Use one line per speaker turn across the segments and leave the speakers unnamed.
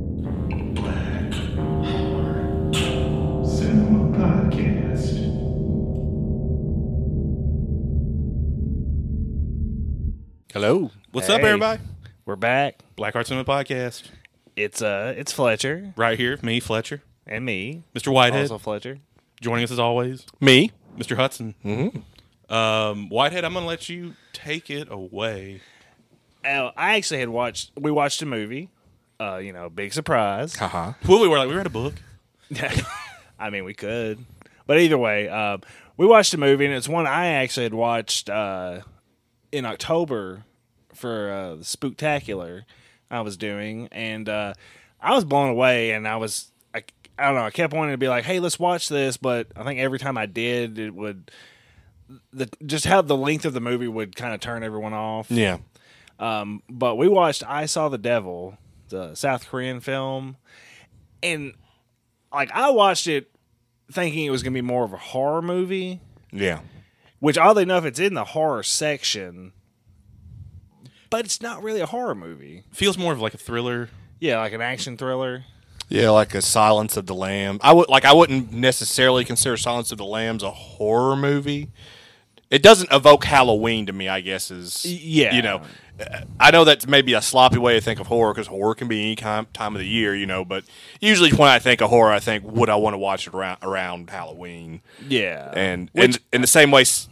Black Heart Cinema Podcast.
Hello.
What's up,
Hey.
everybody?
We're back.
Black Hearts Cinema Podcast.
It's uh it's Fletcher
Right here, me, Fletcher,
and me.
Mr. Whitehead,
Also Fletcher.
joining us as always,
Me?
Mr. Hudson.
Mm-hmm.
Um, Whitehead, I'm going to let you take it away.
Oh, I actually had watched we watched a movie. Uh, you know, big surprise.
Haha.
Well, we were like, we read a book.
I mean we could. But either way, um, we watched a movie and it's one I actually had watched uh in October for uh the spooktacular I was doing and uh I was blown away and I was I, I don't know, I kept wanting to be like, "Hey, let's watch this," but I think every time I did, it would the just how the length of the movie would kind of turn everyone off.
Yeah.
Um, but we watched I Saw the Devil, the South Korean film, and like I watched it thinking it was gonna be more of a horror movie,
Yeah.
which oddly enough, it's in the horror section, but it's not really a horror movie.
Feels more of like a thriller.
Yeah, like an action thriller.
Yeah, like a Silence of the Lamb. I would like I wouldn't necessarily consider Silence of the Lambs a horror movie. It doesn't evoke Halloween to me, I guess is
yeah.
You know, Uh, I know that's maybe a sloppy way to think of horror cuz horror can be any time, time of the year, you know, but usually when I think of horror, I think would I want to watch it around, around Halloween.
Yeah,
And
Uh, which
in, in the same way s-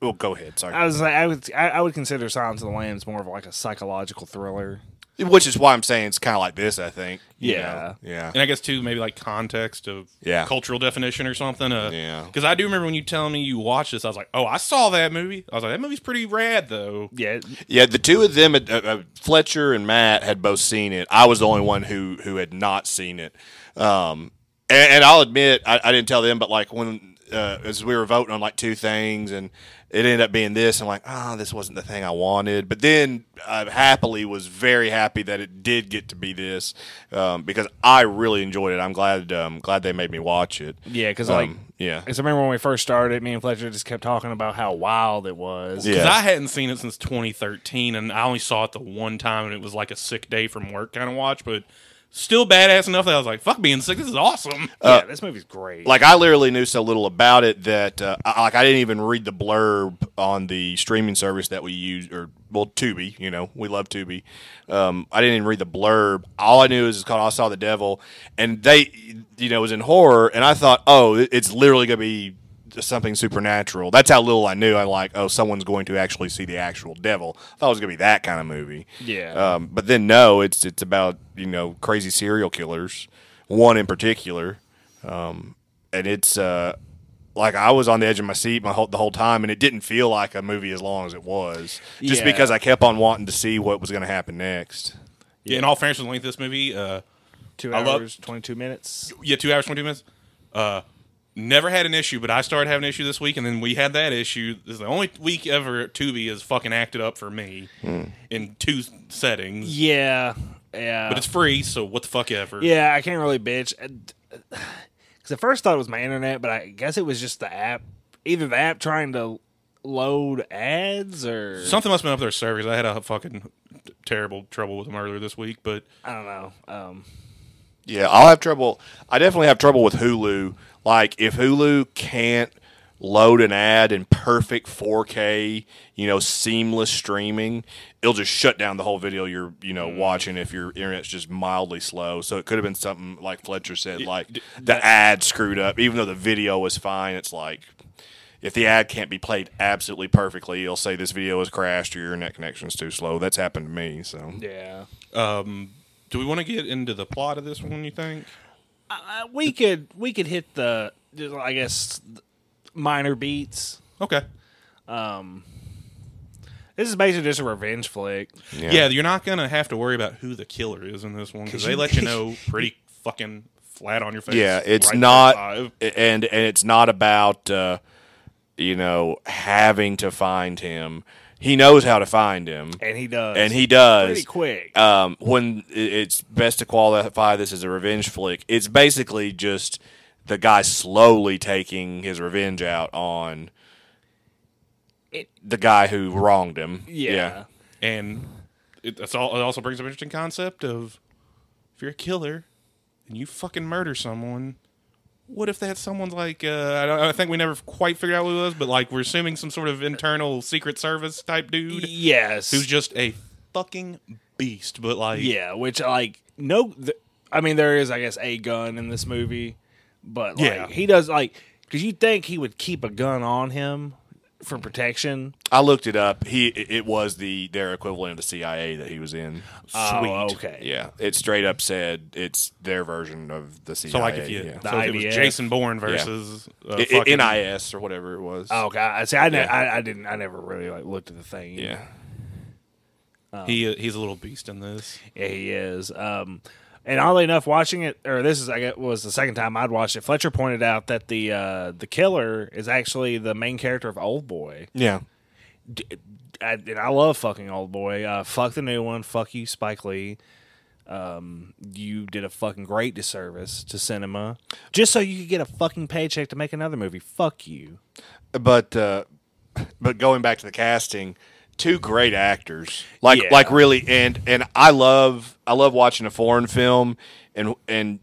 Well, go ahead. Sorry.
I was like, I would I, I would consider Silence of the Lambs more of like a psychological thriller.
Which is why I'm saying it's kind of like this, I think. you
Yeah.
know? Yeah.
And I guess, too, maybe like context of
Yeah.
cultural definition or something. Uh,
Yeah.
Because I do remember when you telling me you watched this, I was like, oh, I saw that movie. I was like, that movie's pretty rad, though.
Yeah,
Yeah, the two of them, uh, uh, Fletcher and Matt, had both seen it. I was the only one who who had not seen it. Um, and, and I'll admit, I, I didn't tell them, but like when uh, as we were voting on like two things, and it ended up being this, I'm like, oh, this wasn't the thing I wanted. But then I happily was very happy that it did get to be this um, because I really enjoyed it. I'm glad um, glad they made me watch it.
yeah, because
Um,
like.
yeah,
Because I remember when we first started, me and Fletcher just kept talking about how wild it was.
Yeah.
Because I hadn't seen it since 2013, and I only saw it the one time, and it was like a sick day from work kind of watch, but still badass enough that I was like, fuck being sick, this is awesome.
Yeah,
Uh,
this movie's great.
like I literally knew so little about it that uh, I, like I didn't even read the blurb on the streaming service that we use or well Tubi, you know, we love Tubi. Um, I didn't even read the blurb. All I knew is it's called I Saw the Devil, and they, you know, it was in horror, and I thought, oh, it- it's literally gonna be something supernatural. That's how little I knew. I like, oh, someone's going to actually see the actual devil. I thought it was gonna be that kind of movie.
Yeah.
Um, but then no, it's it's about you know crazy serial killers, one in particular, um, and it's uh, like I was on the edge of my seat my whole, the whole time, and it didn't feel like a movie as long as it was, just
Yeah.
because I kept on wanting to see what was going to happen next.
Yeah, in all fairness, the length of this movie, uh,
Two
I
hours,
love-
22 minutes.
yeah, two hours, 22 minutes. Uh, never had an issue, but I started having an issue this week, and then we had that issue. This is the only week ever Tubi has fucking acted up for me in two settings.
Yeah. Yeah.
But it's free, so what the fuck ever.
yeah, I can't really bitch. Because at first thought it was my internet, but I guess it was just the app. Either the app trying to load ads or.
Something must have been up with their servers. I had a fucking terrible trouble with them earlier this week, but
I don't know. Um,
Yeah, I'll have trouble. I definitely have trouble with Hulu. Like if Hulu can't load an ad in perfect 4K, you know, seamless streaming, it'll just shut down the whole video you're, you know, watching if your internet's just mildly slow. So it could have been something like Fletcher said, like the ad screwed up, even though the video was fine. It's like if the ad can't be played absolutely perfectly, it'll say this video has crashed or your internet connection's too slow. That's happened to me. So
yeah.
do we want to get into the plot of this one, you think?
Uh, we could we could hit the, I guess, minor beats.
Okay.
This is basically just a revenge flick.
Yeah. you're not gonna have to worry about who the killer is in this one because they
you-
let you know pretty fucking flat on your face.
Yeah, it's
right from
not,
five.
and and it's not about uh, you know having to find him. He knows how to find him,
And he does.
and he does
Pretty quick.
Um, when i- it's best to qualify this as a revenge flick, it's basically just the guy slowly taking his revenge out on
It-
the guy who wronged him.
Yeah.
And it, that's all. It also brings up an interesting concept of if you're a killer and you fucking murder someone. What if that someone's like? Uh, I, don't, I think we never quite figured out who it was, but like we're assuming some sort of internal secret service type dude
Yes.
who's just a fucking beast. But like,
yeah, which like no, th- I mean there is I guess a gun in this movie, but like
Yeah.
he does like because you think he would keep a gun on him for protection.
I looked it up. He it was the their equivalent of the CIA that he was in.
Oh,
Sweet.
okay.
Yeah, it straight up said it's their version of the CIA.
So like if you
yeah.
so if it was
IBF.
Jason Bourne versus uh,
I- I-
fucking-
NIS or whatever it was.
Oh god, I see. I, ne-
Yeah.
I I didn't. I never really like looked at the thing.
yeah. Uh-huh.
he he's a little beast in this.
Yeah, he is. Um, and oddly enough, watching it, or this is I guess was the second time I'd watched it. Fletcher pointed out that the uh, the killer is actually the main character of Old Boy,
Yeah.
I, and I love fucking Old Boy. Uh, fuck the new one. Fuck you, Spike Lee. Um, you did a fucking great disservice to cinema just so you could get a fucking paycheck to make another movie. Fuck you.
But uh, but going back to the casting, two great actors. Like
Yeah.
like really and and I love I love watching a foreign film and and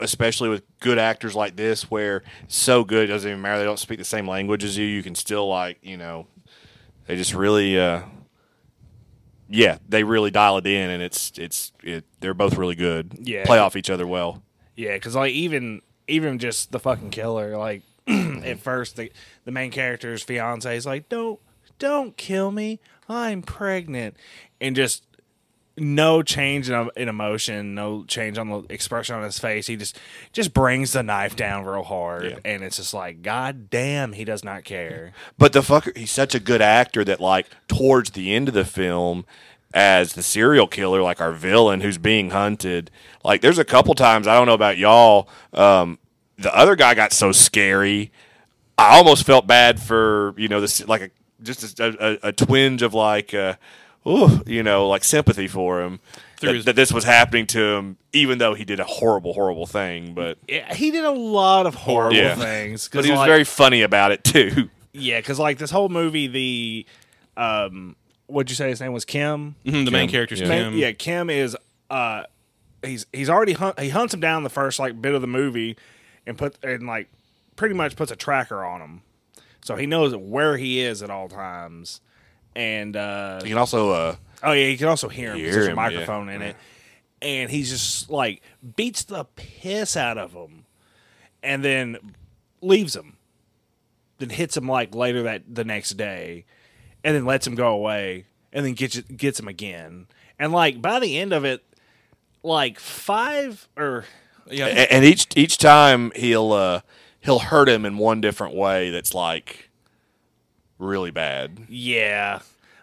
especially with good actors like this where it's so good it doesn't even matter they don't speak the same language as you you can still like, you know, they just really uh yeah, they really dial it in, and it's it's it. They're both really good.
Yeah.
play off each other well.
Yeah, because like even even just the fucking killer, like
Mm-hmm.
at first the the main character's fiance is like, "Don't don't kill me, I'm pregnant," and just no change in, in emotion, no change on the expression on his face. He just just brings the knife down real hard,
Yeah.
and it's just like, God damn, he does not care.
But the fucker, he's such a good actor that, like, towards the end of the film, as the serial killer, like our villain who's being hunted, like, there's a couple times, I don't know about y'all, um, the other guy got so scary. I almost felt bad for, you know, this, like, a, just a, a, a twinge of, like, uh, ooh, you know, like sympathy for him.
Through
That,
his-
that this was happening to him, even though he did a horrible, horrible thing. But,
Yeah, he did a lot of horrible
Yeah.
things,
but
'cause,
he was
like-
very funny about it, too.
yeah, because like this whole movie, the um, what'd you say his name was Kim?
Mhm, the main character's
yeah.
Kim,
Kim.
yeah, Kim is uh he's he's already hunt, he hunts him down the first like bit of the movie and put and like pretty much puts a tracker on him. So he knows where he is at all times. And uh
You can also, uh,
oh yeah, you can also hear him. 'cause
Hear
There's a
him, yeah.
microphone in it. And he's just like beats the piss out of him and then leaves him. Then hits him like later that the next day, and then lets him go away, and then gets gets him again. And like by the end of it, like five or
yeah.
A- and each each time he'll uh, he'll hurt him in one different way that's like really bad.
yeah,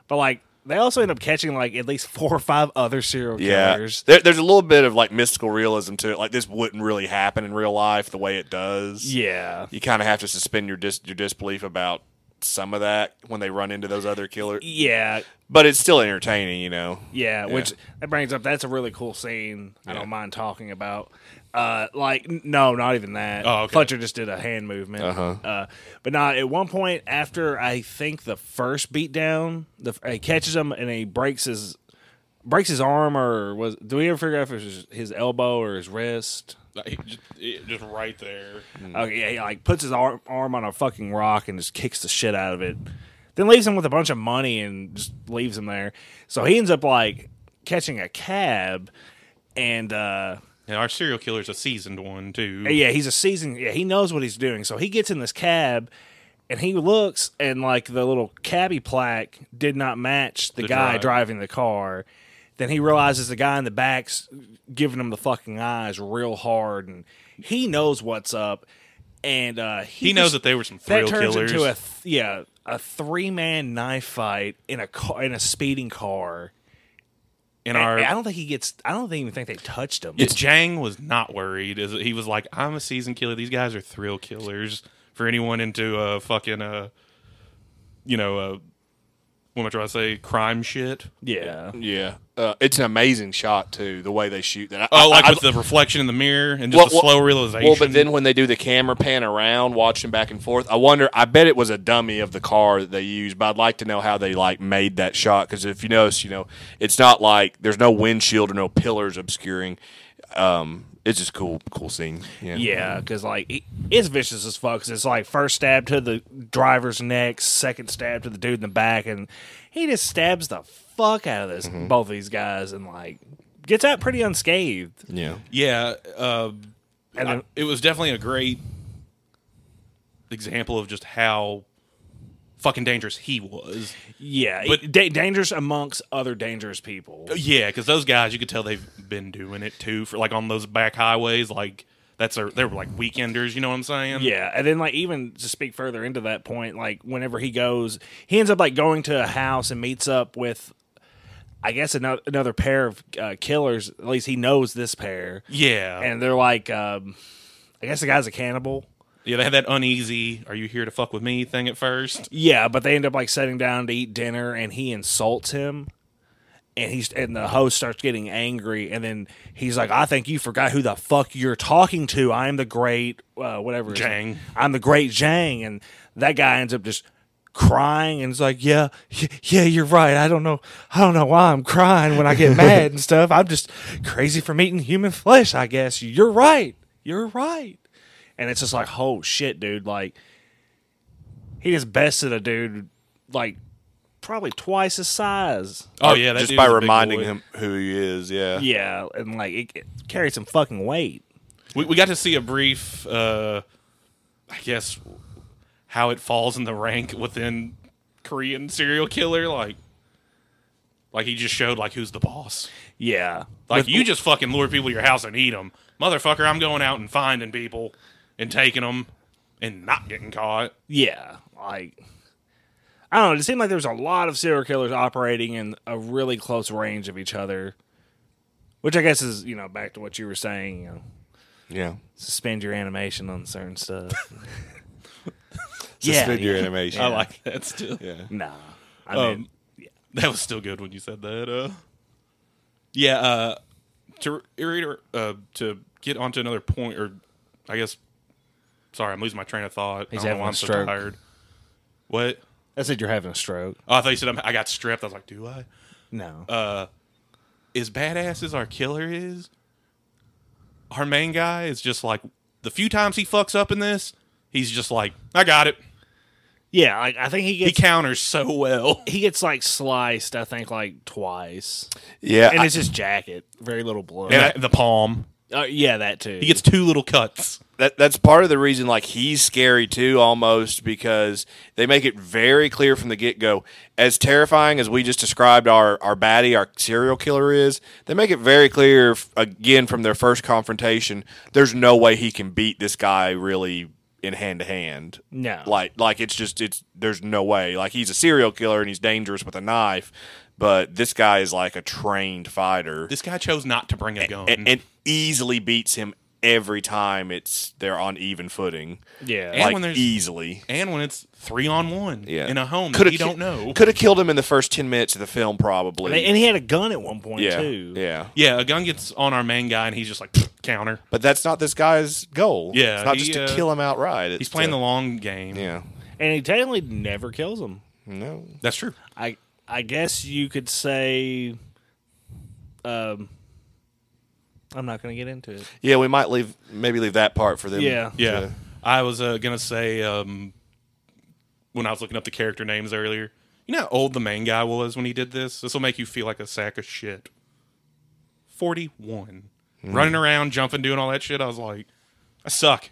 but like they also end up catching like at least four or five other serial
Yeah,
killers.
there, there's a little bit of like mystical realism to it. Like this wouldn't really happen in real life the way it does.
Yeah,
you kind of have to suspend your dis- your disbelief about some of that when they run into those other killers.
yeah,
But it's still entertaining, you know.
Yeah, which that brings up that's a really cool scene. I don't mind talking about. Uh, like n- no, not even that.
Oh, okay.
Fletcher just did a hand movement. Uh-huh. but not at one point after I think the first beatdown, the f- he catches him and he breaks his breaks his arm or was do we ever figure out if it was his elbow or his wrist?
Like, he just, it- just right there.
Mm-hmm. Okay, yeah, he like puts his arm, arm on a fucking rock and just kicks the shit out of it. Then leaves him with a bunch of money and just leaves him there. So he ends up like catching a cab and uh
And our serial killer's a seasoned one too.
yeah, he's a seasoned yeah, he knows what he's doing. So he gets in this cab and he looks and like the little cabbie plaque did not match the,
The
guy
drive.
driving the car. Then he realizes the guy in the back's giving him the fucking eyes real hard and he knows what's up. And uh, he,
He knows
just-
that they were some thrill
that turns
killers.
into a th- yeah a three man knife fight in a car in a speeding car.
in
And
our
I don't think he gets. I don't think- even think they touched him.
It's Jang was not worried. Is he was like, I'm a seasoned killer. These guys are thrill killers. For anyone into uh, fucking uh, you know uh, what am I trying to say? Crime shit.
Yeah.
Yeah, uh, it's an amazing shot too. The way they shoot that. I-
Oh, like
I-
with the reflection in the mirror and just
Well,
the
well-
slow realization.
Well, but then when they do the camera pan around, watching back and forth, I wonder. I bet it was a dummy of the car that they used, but I'd like to know how they like made that shot because if you notice, you know, it's not like there's no windshield or no pillars obscuring. Um, it's just cool, cool scene. Yeah,
Yeah, because like it- it's vicious as fuck. 'cause it's like first stab to the driver's neck, second stab to the dude in the back, and he just stabs the fuck out of this
Mm-hmm.
both these guys, and like gets out pretty unscathed.
yeah.
yeah, uh,
And
I-
then,
it was definitely a great example of just how fucking dangerous he was.
yeah,
but-
da- dangerous amongst other dangerous people.
Yeah, because those guys, you could tell they've been doing it too for like on those back highways. Like that's their, they were like weekenders. You know what I'm saying?
Yeah, and then like even to speak further into that point, like whenever he goes, he ends up like going to a house and meets up with, I guess another another pair of uh, killers. At least he knows this pair,
yeah,
and they're like, um, I guess the guy's a cannibal.
yeah. They had that uneasy "Are you here to fuck with me?" thing at first.
Yeah, but they end up like sitting down to eat dinner, and he insults him, and he's and the host starts getting angry, and then he's like, "I think you forgot who the fuck you're talking to. I'm the great uh, whatever his
Jang.
name- I'm the great Jang," and that guy ends up just crying and it's like yeah y- yeah you're right i don't know i don't know why i'm crying when i get mad and stuff i'm just crazy from eating human flesh i guess you're right you're right and it's just like oh shit dude like he just bested a dude like probably twice his size.
Oh yeah, that
just
dude
by
was a big
reminding
boy.
him who he is. Yeah,
Yeah, and like it, it carried some fucking weight.
We, we got to see a brief, uh, I guess, how it falls in the rank within Korean serial killer. Like, like he just showed like who's the boss.
Yeah,
Like you just fucking lure people to your house and eat them, motherfucker. I'm going out and finding people and taking them and not getting caught.
yeah, like I don't know. It seemed like there was a lot of serial killers operating in a really close range of each other, which I guess is you know back to what you were saying. You know,
yeah.
suspend your animation on certain stuff.
Suspend your
yeah.
animation.
I like that still.
Yeah.
Nah, I mean,
Um, That was still good when you said that. Uh, yeah. Uh, to reiter- uh, to get onto another point, or I guess, sorry, I'm losing my train of thought.
He's
I don't
having
know
a
why I'm so
stroke.
tired. What?
I said you're having a stroke.
Oh, I thought you said I'm, I got stripped. I was like, do I?
No,
As badass as our killer is, our main guy is just like the few times he fucks up in this, he's just like, I got it.
yeah, like I think he
He
gets
counters so well.
he gets like sliced, I think, like twice,
Yeah,
and
I-
it's his jacket, very little blood.
And the palm.
Uh, yeah, that too.
He gets two little cuts.
that that's part of the reason like he's scary too almost because they make it very clear from the get-go as terrifying as we just described our our baddie our serial killer is they make it very clear f- again from their first confrontation there's no way he can beat this guy really in hand to hand
No.
like like it's just it's there's no way like he's a serial killer and he's dangerous with a knife but this guy is like a trained fighter
This guy chose not to bring a gun.
and, and easily beats him every time it's they're on even footing.
Yeah.
And
like
when there's-
easily.
and when it's three on one
Yeah,
in a home
Coulda
that you
ki-
don't know.
Could have killed him in the first ten minutes of the film, probably.
and, and he had a gun at one point
yeah,
too.
yeah.
Yeah, a gun gets on our main guy, and he's just like counter.
But that's not this guy's goal.
Yeah,
it's not
he,
just to
uh,
kill him outright.
He's playing the long game.
yeah.
and he technically never kills him.
No,
that's true.
I I guess you could say, um, I'm not going to get into it.
yeah, we might leave maybe leave that part for them.
Yeah.
Yeah,
to-
I was uh, gonna say um, when I was looking up the character names earlier. You know how old the main guy was when he did this. This will make you feel like a sack of shit. Forty-one,
Hmm.
running around, jumping, doing all that shit. I was like, I suck.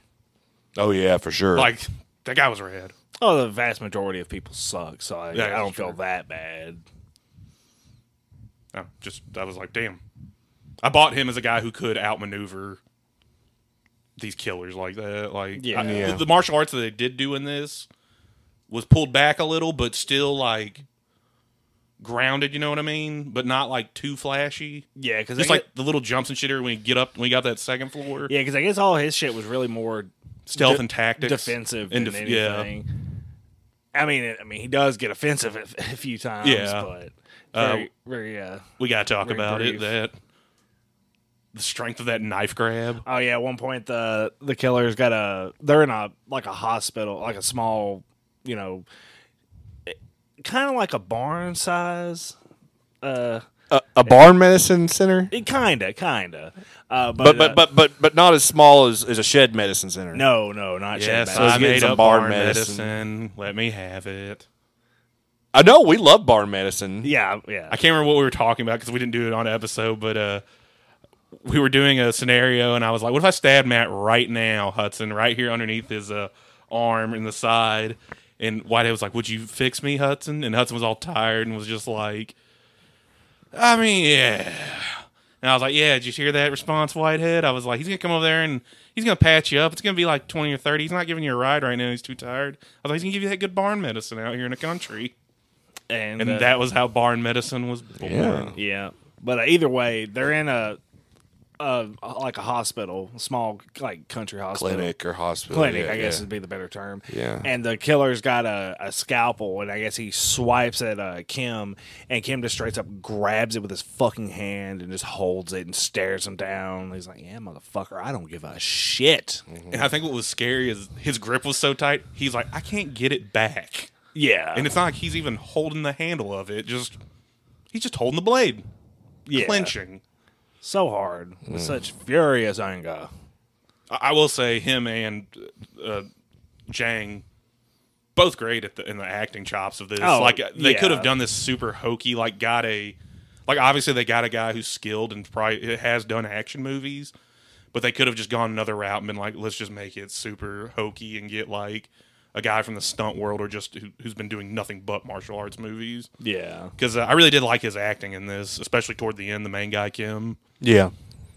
oh yeah, for sure.
Like that guy was red.
Oh, the vast majority of people suck, so I,
Yeah,
I don't
sure.
feel that bad.
I just I was like, damn. I bought him as a guy who could outmaneuver these killers like that. Like
Yeah.
I-
Yeah.
the martial arts that they did do in this was pulled back a little, but still like grounded, you know what I mean? But not like too flashy.
Yeah, because
Just like the little jumps and shit here when you get up when you got that second floor.
yeah, because I guess all his shit was really more
Stealth
de-
and tactics.
defensive
And
than
def- yeah.
anything. I mean, it, I mean, he does get offensive a, a few times.
Yeah.
but
Uh,
very, very. Uh,
We gotta talk
Very
about
brief.
it. That the strength of that knife grab.
oh yeah, at one point the the killer's got a. They're in a like a hospital, like a small, you know, kind of like a barn size. Uh,
A, a barn medicine center,
it Eh, kinda, kinda. Uh, but
but
uh,
but but but but not as small as, as a shed medicine center.
no, no, not
Yes,
Shane
I was
I
Battister.
getting
made
some
up
barn
barn medicine.
medicine.
Let me have it.
I know we love barn medicine.
yeah, yeah.
I can't remember what we were talking about because we didn't do it on episode, but uh, we were doing a scenario, and I was like, "What if I stab Matt right now, Hudson, right here underneath his uh, arm in the side?" And Whitehead was like, "Would you fix me, Hudson?" And Hudson was all tired and was just like, "I mean, yeah." And I was like, "Yeah, did you hear that response, Whitehead?" I was like, "He's gonna come over there and he's gonna patch you up. It's gonna be like twenty or thirty. He's not giving you a ride right now. He's too tired." I was like, "He's gonna give you that good barn medicine out here in the country."
and,
And
uh,
that was how barn medicine was born.
Yeah.
Yeah, but uh, either way, they're in a, a like a hospital, a small like country hospital
clinic or hospital.
Clinic,
yeah,
I guess
yeah.
would be the better term.
Yeah.
And the killer's got a, a scalpel, and I guess he swipes at uh, Kim, and Kim just straight up grabs it with his fucking hand and just holds it and stares him down. He's like, "Yeah, motherfucker, I don't give a shit."
Mm-hmm.
And I think what was scary is his grip was so tight, he's like, I can't get it back.
Yeah,
And it's not like he's even holding the handle of it, just he's just holding the blade.
yeah.
Clenching.
so hard,
Mm.
with such furious anger.
I, I will say him and uh, Jang both great at the in the acting chops of this.
Oh,
like they
yeah.
could have done this super hokey, like got a like obviously they got a guy who's skilled and probably has done action movies, but they could have just gone another route and been like, let's just make it super hokey and get like a guy from the stunt world or just who, who's been doing nothing but martial arts movies.
Yeah,
Because uh, I really did like his acting in this, especially toward the end. The main guy Kim,
Yeah.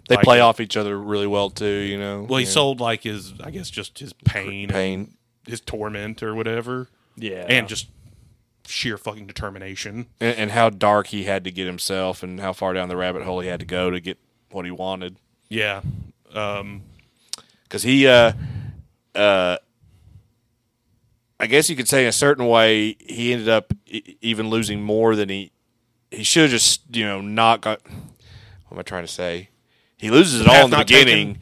They
Like
play
it.
off each other really well too. You know.
well, he
yeah.
sold like his, I guess, just his pain, and
pain.
his torment or whatever,
yeah,
and just sheer fucking determination.
and, and how dark he had to get himself and how far down the rabbit hole he had to go to get what he wanted
Yeah, um,
because he uh uh i guess you could say in a certain way he ended up e- even losing more than he he should have just you know not got what am i trying to say he loses it all
path
in the
not taken?
beginning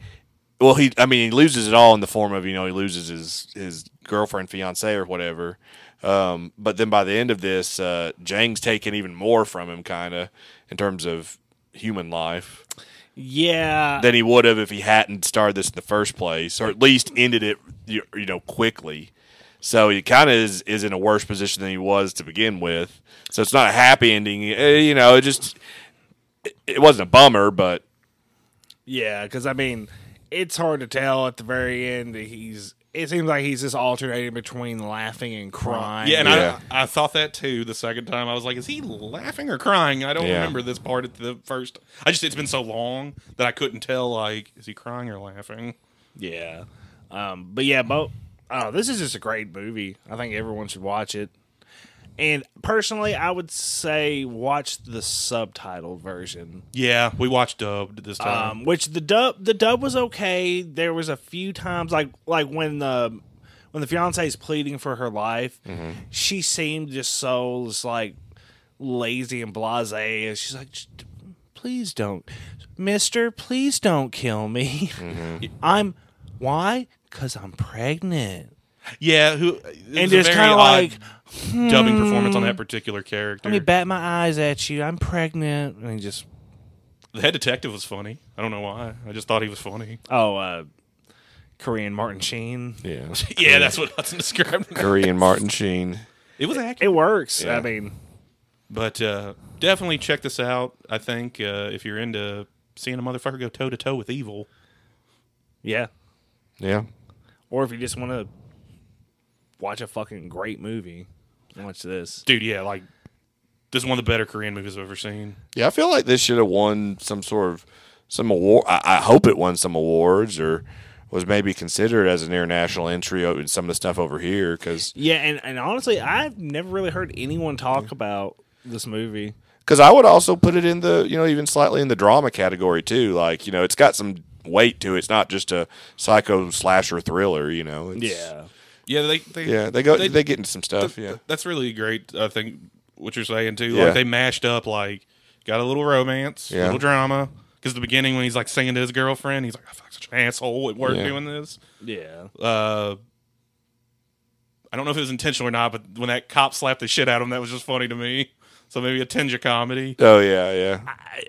well he i mean he loses it all in the form of you know he loses his his girlfriend fiance or whatever um, but then by the end of this uh, jang's taken even more from him kind of in terms of human life
yeah.
than he would have if he hadn't started this in the first place, or at least ended it, you you know, quickly. So he kind of is, is in a worse position than he was to begin with. So it's not a happy ending, eh, you know. It just it, it wasn't a bummer, but
Yeah, because I mean, it's hard to tell at the very end. that He's it seems like he's just alternating between laughing and crying.
yeah, and
Yeah.
I, I thought that too the second time. I was like, is he laughing or crying? I don't
Yeah.
remember this part at the first. I just it's been so long that I couldn't tell. Like, is he crying or laughing?
yeah. Um, but yeah, Bo, oh, this is just a great movie. I think everyone should watch it. And personally, I would say watch the subtitled version,
Yeah, we watched dubbed this time.
um, which the dub the dub was okay. There was a few times like like when the when the fiance is pleading for her life,
Mm-hmm.
she seemed just so just like lazy and blase. And she's like, "Just- please don't, Mister, please don't kill me.
Mm-hmm.
I'm why? Cause I'm pregnant.
yeah, who it
And
was a
just
very
kind of
odd
like,
dubbing performance on that particular character.
let me bat my eyes at you. I'm pregnant, and he just
The head detective was funny. I don't know why. I just thought he was funny.
oh, uh, Korean Martin Sheen.
yeah,
Yeah, that's what Hudson described.
Korean Martin Sheen.
It was accurate.
It works.
Yeah.
I mean,
But uh, definitely check this out. I think uh, if you're into seeing a motherfucker go toe to toe with evil,
yeah.
Yeah,
Or if you just want to watch a fucking great movie, watch this.
dude, yeah, like this is one of the better Korean movies I've ever seen.
yeah. I feel like this should have won some sort of some award. I, I hope it won some awards or was maybe considered as an international entry in some of the stuff over here because
Yeah, and, and honestly, I've never really heard anyone talk about this movie.
Because I would also put it in the, you know, even slightly in the drama category too. Like, you know, it's got some weight to it. It's not just a psycho slasher thriller, you know. It's,
Yeah, they, they
Yeah, they go. They,
They-
get into some stuff.
th-
yeah,
th- that's really great. I think what you're saying too.
Yeah.
Like they mashed up like got a little romance,
Yeah.
little drama. Because the beginning when he's like singing to his girlfriend, he's like, "I fuck such an asshole at work
Yeah.
doing this."
Yeah.
Uh, I don't know if it was intentional or not, but when that cop slapped the shit out of him, that was just funny to me. So maybe a tinge of comedy.
oh yeah, yeah,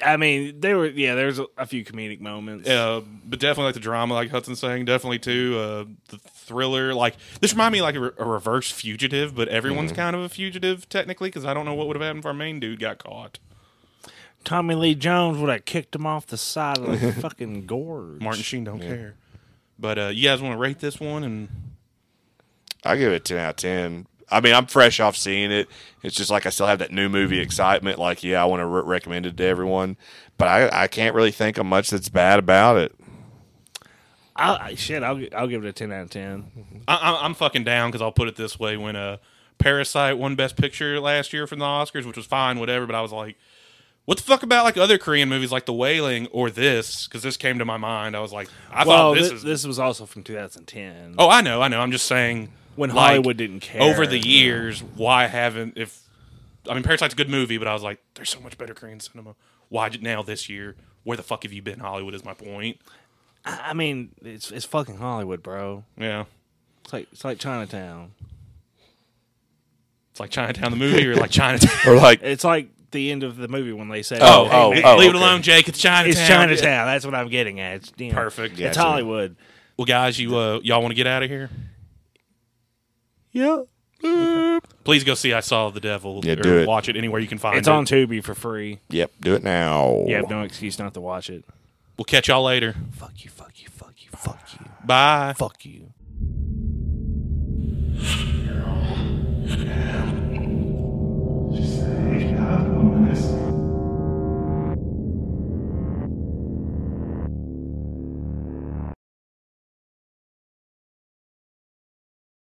I, I mean, they were. Yeah, there's a, a few comedic moments.
Uh, but definitely like the drama, like Hudson's saying, definitely too. Uh, the thriller, like this reminded me like a, re- a reverse fugitive, but everyone's kind of a fugitive technically because I don't know what would have happened if our main dude got caught.
Tommy Lee Jones would have kicked him off the side of the fucking gorge.
Martin Sheen don't care. But uh, you guys want to rate this one? And
I give it a ten out of ten. I mean, I'm fresh off seeing it. It's just like I still have that new movie excitement. Like, yeah, I want to re- recommend it to everyone, but I, I can't really think of much that's bad about it.
I'll, I- shit, I'll gi- I'll give it a ten out of ten.
I, I, I'm fucking down because I'll put it this way: when uh, Parasite won Best Picture last year from the Oscars, which was fine, whatever. But I was like, what the fuck about like other Korean movies like The Wailing or this? Because this came to my mind. I was like, I
Well,
thought this
thi-
is.
this was also from 2010.
oh, I know, I know. I'm just saying
when
like,
Hollywood didn't care
over the years, why haven't if? I mean, Parasite's a good movie, but I was like, there's so much better Korean cinema. Why j- now this year? Where the fuck have you been, Hollywood? Is my point.
I I mean, it's it's fucking Hollywood, bro.
Yeah.
It's like it's like Chinatown.
It's like Chinatown the movie or like Chinatown.
Or like,
It's like the end of the movie when they say,
Oh,
hey,
oh,
Leave
man,
oh.
it
okay.
alone, Jake. It's Chinatown.
it's Chinatown." That's what I'm getting at. It's, you know,
Perfect.
It's
Gotcha.
Hollywood.
Well, guys, you uh, y'all want to get out of here?
Yeah.
Please go see I Saw the Devil.
Yeah,
or
do it.
Watch it anywhere you can find
It's
it.
on Tubi for free.
yep, do it now.
You have no excuse not to watch it.
We'll catch y'all later.
Fuck you. Fuck you. Fuck you. Fuck you.
Bye.
Fuck you.